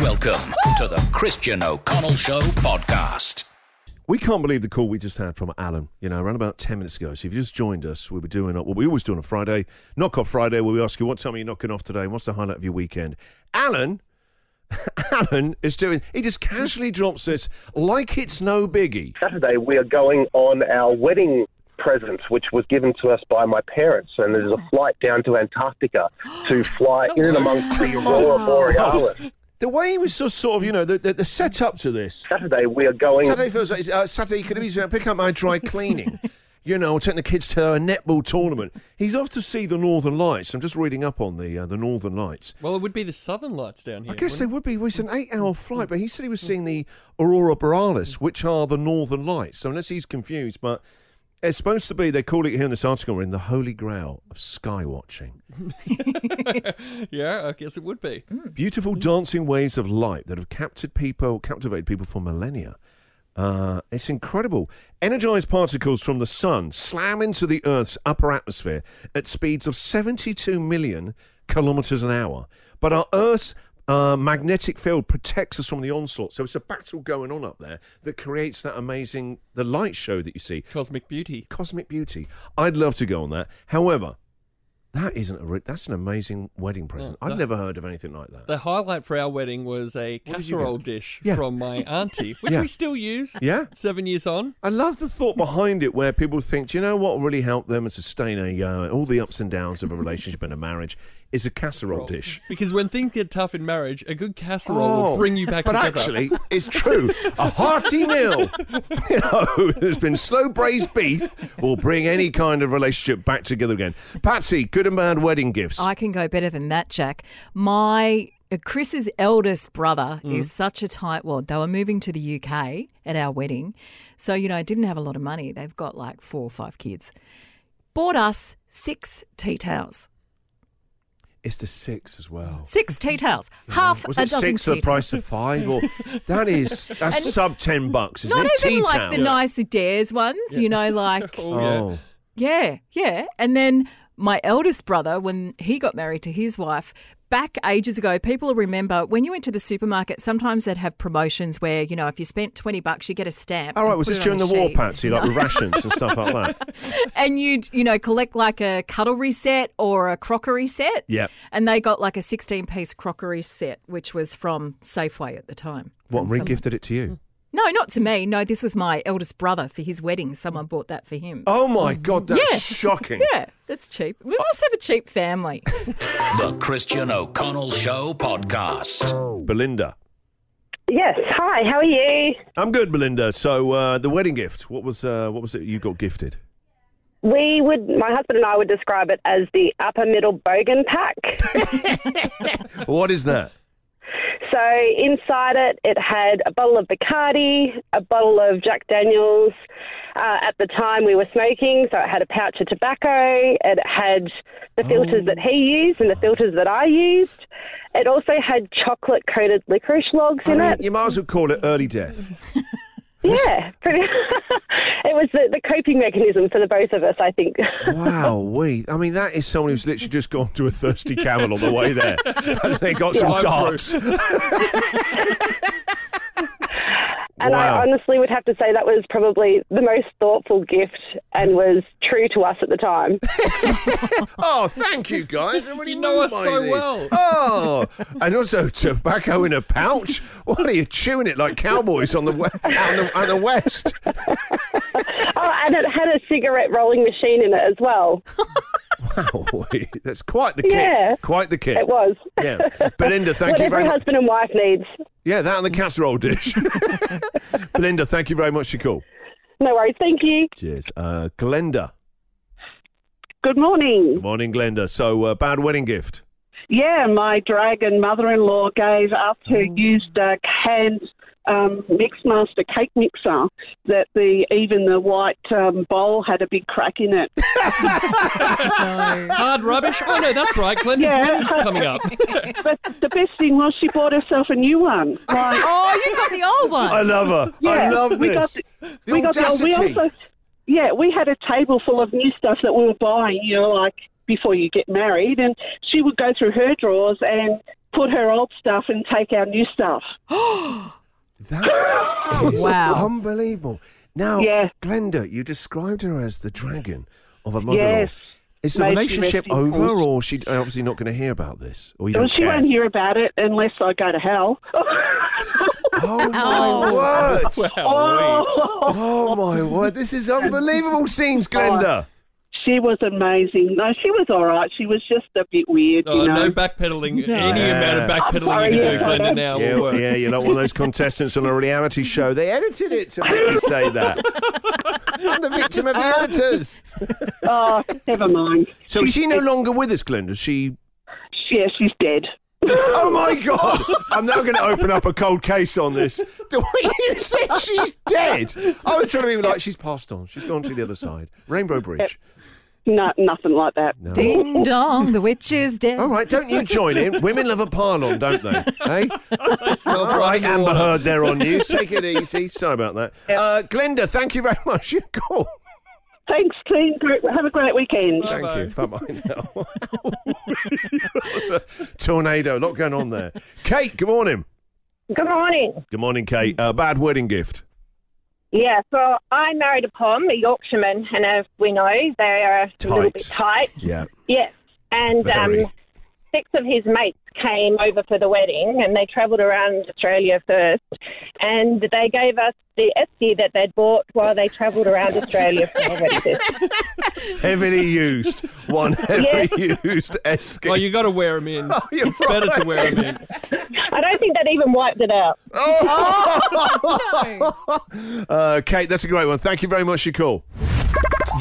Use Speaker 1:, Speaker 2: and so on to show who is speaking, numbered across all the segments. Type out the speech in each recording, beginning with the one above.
Speaker 1: Welcome to the Christian O'Connell Show podcast.
Speaker 2: We can't believe the call we just had from Alan, you know, around about 10 minutes ago. So if you just joined us, we were doing uh, what we always do on a Friday, Knock Off Friday, where we ask you, what time are you knocking off today? What's the highlight of your weekend? Alan, Alan is doing, he just casually drops this like it's no biggie.
Speaker 3: Saturday, we are going on our wedding present, which was given to us by my parents. And there's a flight down to Antarctica to fly in and amongst the Aurora Borealis.
Speaker 2: The way he was just sort of, you know, the, the, the setup to this.
Speaker 3: Saturday, we are going.
Speaker 2: Saturday feels like, uh, Saturday could have easily pick up my dry cleaning. you know, taking the kids to a netball tournament. He's off to see the Northern Lights. I'm just reading up on the uh, the Northern Lights.
Speaker 4: Well, it would be the Southern Lights down here.
Speaker 2: I guess they
Speaker 4: wouldn't
Speaker 2: would be. Well, it's an eight-hour flight, but he said he was seeing the aurora borealis, which are the northern lights. So unless he's confused, but it's supposed to be they call it here in this article we're in the holy grail of sky watching.
Speaker 4: it? Yeah, I guess it would be.
Speaker 2: Mm. Beautiful dancing waves of light that have captured people, captivated people for millennia. Uh, it's incredible. Energized particles from the sun slam into the Earth's upper atmosphere at speeds of 72 million kilometers an hour. But our Earth's uh, magnetic field protects us from the onslaught. So it's a battle going on up there that creates that amazing the light show that you see.
Speaker 4: Cosmic beauty.
Speaker 2: Cosmic beauty. I'd love to go on that. However, that isn't a re- that's an amazing wedding present. I've never heard of anything like that.
Speaker 4: The highlight for our wedding was a
Speaker 2: did you get?
Speaker 4: casserole dish
Speaker 2: Yeah.
Speaker 4: from my auntie, which
Speaker 2: Yeah.
Speaker 4: we still use.
Speaker 2: Yeah.
Speaker 4: Seven years on.
Speaker 2: I love the thought behind it, where people think, do you know what will really help them and sustain a uh, all the ups and downs of a relationship and a marriage is a casserole dish.
Speaker 4: Because when things get tough in marriage, a good casserole will bring you back
Speaker 2: Oh, but
Speaker 4: together.
Speaker 2: actually, it's true. A hearty meal, you know, there's been slow braised beef will bring any kind of relationship back together again. Patsy, good and bad wedding gifts.
Speaker 5: I can go better than that, Jack. My uh, Chris's eldest brother
Speaker 2: Mm.
Speaker 5: is such a tightwad. They were moving to the UK at our wedding, so you know I didn't have a lot of money. They've got like four or five kids. Bought us six tea towels.
Speaker 2: It's the six as well.
Speaker 5: Six tea towels. Half
Speaker 2: Was
Speaker 5: a
Speaker 2: it
Speaker 5: dozen
Speaker 2: six for
Speaker 5: tea
Speaker 2: the price of five? Or that is that's
Speaker 5: And-
Speaker 2: sub ten bucks, isn't
Speaker 5: towels. Not
Speaker 2: it?
Speaker 5: even
Speaker 2: Tea
Speaker 5: like
Speaker 2: towels.
Speaker 5: the nice Adairs ones, you know, like
Speaker 4: Oh, yeah.
Speaker 2: Oh.
Speaker 5: Yeah, yeah. And then my eldest brother, when he got married to his wife, back ages ago, people will remember when you went to the supermarket, sometimes they'd have promotions where, you know, if you spent 20 bucks, you get a stamp.
Speaker 2: All Oh, right,
Speaker 5: and
Speaker 2: was
Speaker 5: put
Speaker 2: this
Speaker 5: it on
Speaker 2: during the
Speaker 5: a
Speaker 2: war,
Speaker 5: sheet.
Speaker 2: Patsy, like with rations and stuff like that?
Speaker 5: And you'd, you know, collect like a cutlery set or a crockery set.
Speaker 2: Yep.
Speaker 5: And they got like a 16 piece crockery set, which was from Safeway at the time.
Speaker 2: What,
Speaker 5: From
Speaker 2: Marie
Speaker 5: someone-
Speaker 2: gifted it to you?
Speaker 5: No, not to me. No, this was my eldest brother for his wedding. Someone bought that for him.
Speaker 2: Oh my God, that's
Speaker 5: Yeah.
Speaker 2: shocking.
Speaker 5: Yeah, that's cheap. We must have a cheap family.
Speaker 1: The Christian O'Connell Show podcast.
Speaker 2: Belinda.
Speaker 6: Yes. Hi. How are you?
Speaker 2: I'm good, Belinda. So uh, the wedding gift, what was uh, what was it you got gifted?
Speaker 6: We would, my husband and I would describe it as the upper middle bogan pack.
Speaker 2: What is that?
Speaker 6: so inside it, it had a bottle of Bacardi, a bottle of Jack Daniels. Uh, at the time, we were smoking, so it had a pouch of tobacco. It had the filters that he used and the filters that I used. It also had chocolate coated licorice logs
Speaker 2: I
Speaker 6: in
Speaker 2: mean,
Speaker 6: it.
Speaker 2: you might as well call Oh, it early death.
Speaker 6: Yeah, pretty. it was the, the coping mechanism for the both of us, I think.
Speaker 2: Wow, we. I mean, that is someone who's literally just gone to a thirsty camel on the way there. And they got some
Speaker 4: Drive
Speaker 2: darts.
Speaker 6: And
Speaker 2: Wow.
Speaker 6: I honestly would have to say that was probably the most thoughtful gift and was true to us at the time.
Speaker 2: Oh, thank you, guys. I really
Speaker 4: You know us
Speaker 2: by
Speaker 4: so
Speaker 2: this.
Speaker 4: well.
Speaker 2: Oh, and also tobacco in a pouch. What are you chewing it like cowboys on the we- on the, on the west?
Speaker 6: oh, and it had a cigarette rolling machine in it as well.
Speaker 2: Wow, we- that's quite the kit.
Speaker 6: Yeah.
Speaker 2: Quite the kit.
Speaker 6: It was.
Speaker 2: Yeah, Belinda, thank
Speaker 6: what
Speaker 2: you
Speaker 6: every
Speaker 2: very much.
Speaker 6: husband and wife needs.
Speaker 2: Yeah, that and the casserole dish. Belinda, thank you very much for your call.
Speaker 6: No worries. Thank you.
Speaker 2: Cheers, uh, Glenda.
Speaker 7: Good morning.
Speaker 2: Good morning, Glenda. So, uh, bad wedding gift.
Speaker 7: Yeah, my dragon mother-in-law gave up her
Speaker 2: Mm.
Speaker 7: used uh, hand um, Mixmaster cake mixer that the even the white um, bowl had a big crack in it.
Speaker 4: Hard rubbish. Oh, no, that's right. Glenda's
Speaker 7: Yeah.
Speaker 4: wedding's coming up.
Speaker 7: But the best thing was she bought herself a new one. Like,
Speaker 5: Oh, you got the old one.
Speaker 2: I love her. I
Speaker 7: Yeah,
Speaker 2: love this.
Speaker 7: we got
Speaker 2: the
Speaker 7: we got the- we
Speaker 2: audacity.
Speaker 7: also yeah we had a table full of new stuff that we were buying. You know, like before you get married, and she would go through her drawers and put her old stuff and take our new stuff.
Speaker 2: That is
Speaker 5: Wow.
Speaker 2: unbelievable. Now,
Speaker 7: Yeah.
Speaker 2: Glenda, you described her as the dragon of a mother.
Speaker 7: Yes.
Speaker 2: Is the
Speaker 7: May she
Speaker 2: relationship
Speaker 7: rest in
Speaker 2: over,
Speaker 7: peace.
Speaker 2: or she obviously not going to hear about this? Or you
Speaker 7: Well,
Speaker 2: don't
Speaker 7: she
Speaker 2: care?
Speaker 7: won't hear about it unless I go to hell.
Speaker 2: Oh my word!
Speaker 7: oh,
Speaker 2: Oh my word! This is unbelievable scenes, Glenda.
Speaker 7: she was amazing. No, she was all right. She was just a bit weird,
Speaker 4: Oh,
Speaker 7: you know.
Speaker 4: no backpedaling.
Speaker 5: No.
Speaker 4: Any amount of backpedaling
Speaker 7: sorry,
Speaker 4: you can
Speaker 7: yeah,
Speaker 4: do, Glenda,
Speaker 7: sorry.
Speaker 4: now
Speaker 2: Oh, yeah,
Speaker 4: will work.
Speaker 2: yeah, you're not one of those contestants on a reality show. They edited it to make you say that. I'm the victim of the editors.
Speaker 7: Oh, never mind.
Speaker 2: So is she no longer with us, Glenda. She
Speaker 7: Yeah, she's dead.
Speaker 2: Oh my God! I'm now going to open up a cold case on this. The way you said she's dead. I was trying to be like she's passed on. She's gone to the other side, Rainbow Bridge.
Speaker 7: No, nothing like that.
Speaker 2: No.
Speaker 5: Ding dong, the witch is dead.
Speaker 2: All right, don't you join in. Women love a parlon, don't they? Hey.
Speaker 4: They smell
Speaker 2: All right,
Speaker 4: bright and
Speaker 2: Amber
Speaker 4: water.
Speaker 2: Heard there on news. Take it easy. Sorry about that. Uh, Glenda, thank you very much. for Your call.
Speaker 7: Thanks, team. Great- Have a great weekend.
Speaker 2: Thank you. Bye bye. now. It's a tornado. A lot going on there. Kate, good morning.
Speaker 8: Good morning.
Speaker 2: Good morning, Kate. Uh, bad wedding gift.
Speaker 8: Yeah, so I married a pom, a Yorkshireman, and as we know, they are a little
Speaker 2: Tight.
Speaker 8: bit tight.
Speaker 2: Yeah.
Speaker 8: Yes, and
Speaker 2: Very.
Speaker 8: um, six of his mates came over for the wedding, and they travelled around Australia first, and they gave us the Esky that they'd bought while they travelled around Australia for the wedding.
Speaker 2: heavily used. One heavily used escape.
Speaker 4: Oh, you got to wear them in.
Speaker 2: you're
Speaker 4: it's better to wear them in.
Speaker 8: I don't think that even wiped it out.
Speaker 2: Oh. uh, Kate, that's a great one. Thank you very much for your call.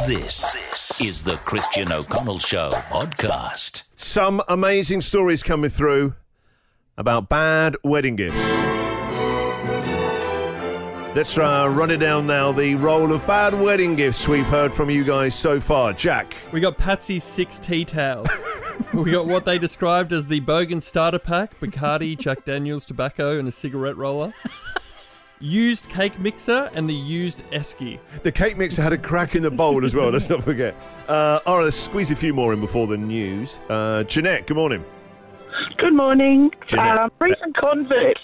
Speaker 1: This is the Christian O'Connell Show podcast.
Speaker 2: Some amazing stories coming through about bad wedding gifts. Let's uh, run it down now. The role of bad wedding gifts we've heard from you guys so far. Jack.
Speaker 4: We got Patsy's six tea towels. we got what they described as the Bogan starter pack Bacardi, Jack Daniels, tobacco, and a cigarette roller. Used cake mixer and the used esky.
Speaker 2: The cake mixer had a crack in the bowl as well, let's not forget. Uh, all right, let's squeeze a few more in before the news. Uh, Jeanette, good morning.
Speaker 7: Good morning.
Speaker 2: Jeanette.
Speaker 7: Um, recent convert.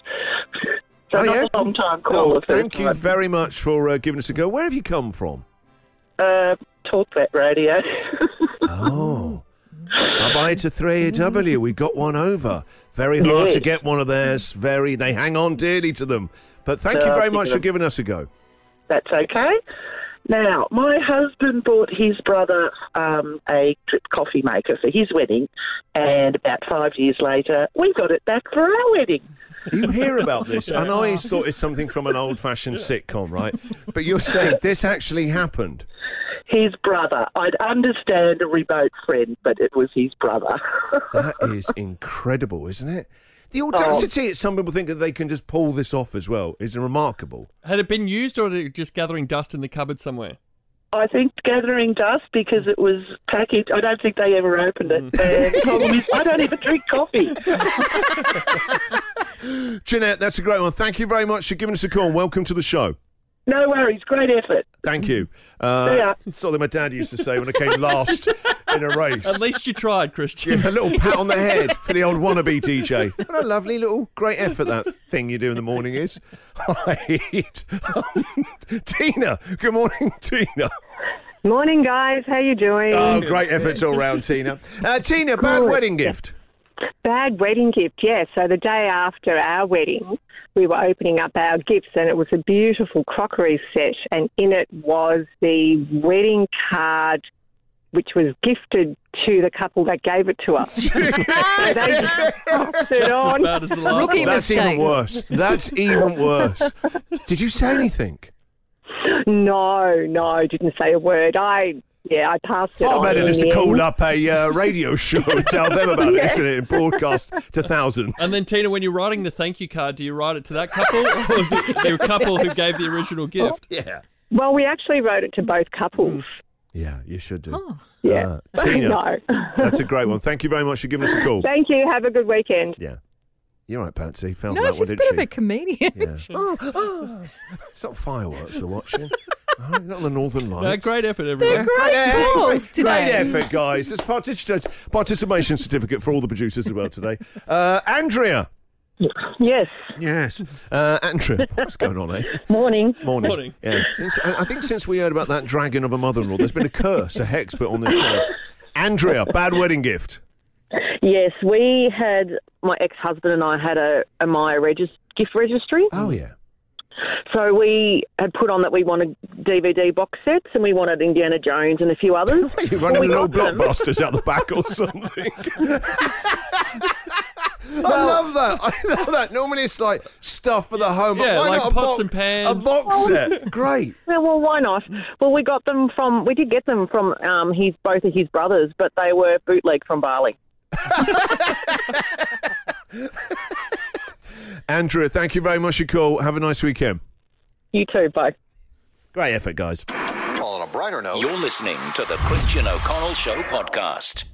Speaker 7: So
Speaker 2: Oh,
Speaker 7: not
Speaker 2: yeah?
Speaker 7: a long time
Speaker 2: Oh,
Speaker 7: caller. first
Speaker 2: thank you
Speaker 7: one.
Speaker 2: very much for uh, giving us a go. Where have you come from?
Speaker 7: Uh, talk that radio.
Speaker 2: Oh. Bye bye to 3AW. We got one over. Very hard to get one of theirs. Very, they hang on dearly to them. But thank you
Speaker 7: No,
Speaker 2: very
Speaker 7: I'll
Speaker 2: much
Speaker 7: keep
Speaker 2: for
Speaker 7: them.
Speaker 2: giving us a go.
Speaker 7: That's okay. Now, my husband bought his brother um, a drip coffee maker for his wedding, and about five years later, we got it back for our wedding.
Speaker 2: You hear about this, and I always thought it's something from an old fashioned sitcom, right? But you're saying this actually happened.
Speaker 7: His brother. I'd understand a remote friend, but it was his brother.
Speaker 2: That is incredible, isn't it? The
Speaker 7: Oh.
Speaker 2: audacity that some people think that they can just pull this off as well is remarkable.
Speaker 4: Had it been used or did it just gathering dust in the cupboard somewhere?
Speaker 7: I think gathering dust because it was packaged. I don't think they ever opened it.
Speaker 2: Mm.
Speaker 7: And the problem is, I don't even drink coffee.
Speaker 2: Jeanette, that's a great one. Thank you very much for giving us a call. and Welcome to the show.
Speaker 7: No worries. Great effort.
Speaker 2: Thank you. Uh,
Speaker 7: Yeah.
Speaker 2: it's something my dad used to say when I came last in a race.
Speaker 4: At least you tried, Christian.
Speaker 2: Um, Yeah, a little pat on the head for the old wannabe DJ. What a lovely little great effort that thing you do in the morning is. Right. Tina, good morning, Tina.
Speaker 6: Morning, guys. How you doing?
Speaker 2: Oh, great efforts all round, Tina. Uh, Tina, bad wedding gift.
Speaker 6: Bad wedding gift, yes. So the day after our wedding, we were opening up our gifts and it was a beautiful crockery set and in it was the wedding card which was gifted to the couple that gave it to us. so they just passed it
Speaker 4: Just as
Speaker 6: on.
Speaker 4: bad as the last
Speaker 5: Rookie
Speaker 4: one.
Speaker 2: That's even
Speaker 5: mistake.
Speaker 2: worse. That's even worse. Did you say anything?
Speaker 6: No, no, I didn't say a word. I yeah, I passed it
Speaker 2: Far
Speaker 6: on.
Speaker 2: better
Speaker 6: in
Speaker 2: just
Speaker 6: the
Speaker 2: to
Speaker 6: end.
Speaker 2: call up a uh, radio show and tell them about it, isn't it? And broadcast to thousands.
Speaker 4: And then, Tina, when you're writing the thank you card, do you write it to that couple or the, the couple who gave the original gift?
Speaker 2: yeah.
Speaker 6: Well, we actually wrote it to both couples.
Speaker 2: Yeah, you should do.
Speaker 5: Oh.
Speaker 6: Yeah.
Speaker 2: Uh, Tina.
Speaker 6: no.
Speaker 2: That's a great one. Thank you very much for giving us a call.
Speaker 6: Thank you. Have a good weekend.
Speaker 2: Yeah. You're right, Patsy. Found
Speaker 5: No,
Speaker 2: that
Speaker 5: she's
Speaker 2: one,
Speaker 5: a
Speaker 2: didn't
Speaker 5: bit
Speaker 2: she? Ah,
Speaker 5: of a comedian.
Speaker 2: Yeah. Oh, oh. It's not fireworks we're watching. All right, not the Northern Lights.
Speaker 4: No, great effort, everyone.
Speaker 2: Yeah, Great, effort,
Speaker 5: calls
Speaker 2: great- great
Speaker 5: today.
Speaker 2: effort, guys. This participation participation certificate for all the producers as well today. Uh, Andrea.
Speaker 6: Yes.
Speaker 2: Yes. Uh, Andrea. What's going on, eh?
Speaker 6: Morning.
Speaker 2: Morning.
Speaker 4: Morning.
Speaker 2: Yeah. Since, I I think since we heard about that dragon of a mother-in-law, there's been a curse, a hex put on this show. Andrea, bad wedding gift.
Speaker 6: Yes, we had my ex husband and I had a, a Maya regis- gift registry.
Speaker 2: Oh, yeah.
Speaker 6: So we had put on that we wanted DVD box sets and we wanted Indiana Jones and a few others.
Speaker 2: You're running little blockbusters out the back or something. I love that. I love that. Normally it's like stuff for the home. but
Speaker 4: Yeah,
Speaker 2: why
Speaker 4: like
Speaker 2: not a
Speaker 4: pots
Speaker 2: bo-
Speaker 4: and pans. Oh.
Speaker 2: A box set. Great.
Speaker 6: Yeah, well, why not? Well, we got them from, we did get them from um, his, both of his brothers, but they were bootleg from Bali.
Speaker 2: Andrea, thank you very much for your call. Have a nice weekend.
Speaker 6: You too, bye.
Speaker 2: Great effort, guys.
Speaker 9: On a brighter note,
Speaker 1: You're listening to the Christian O'Connell Show podcast.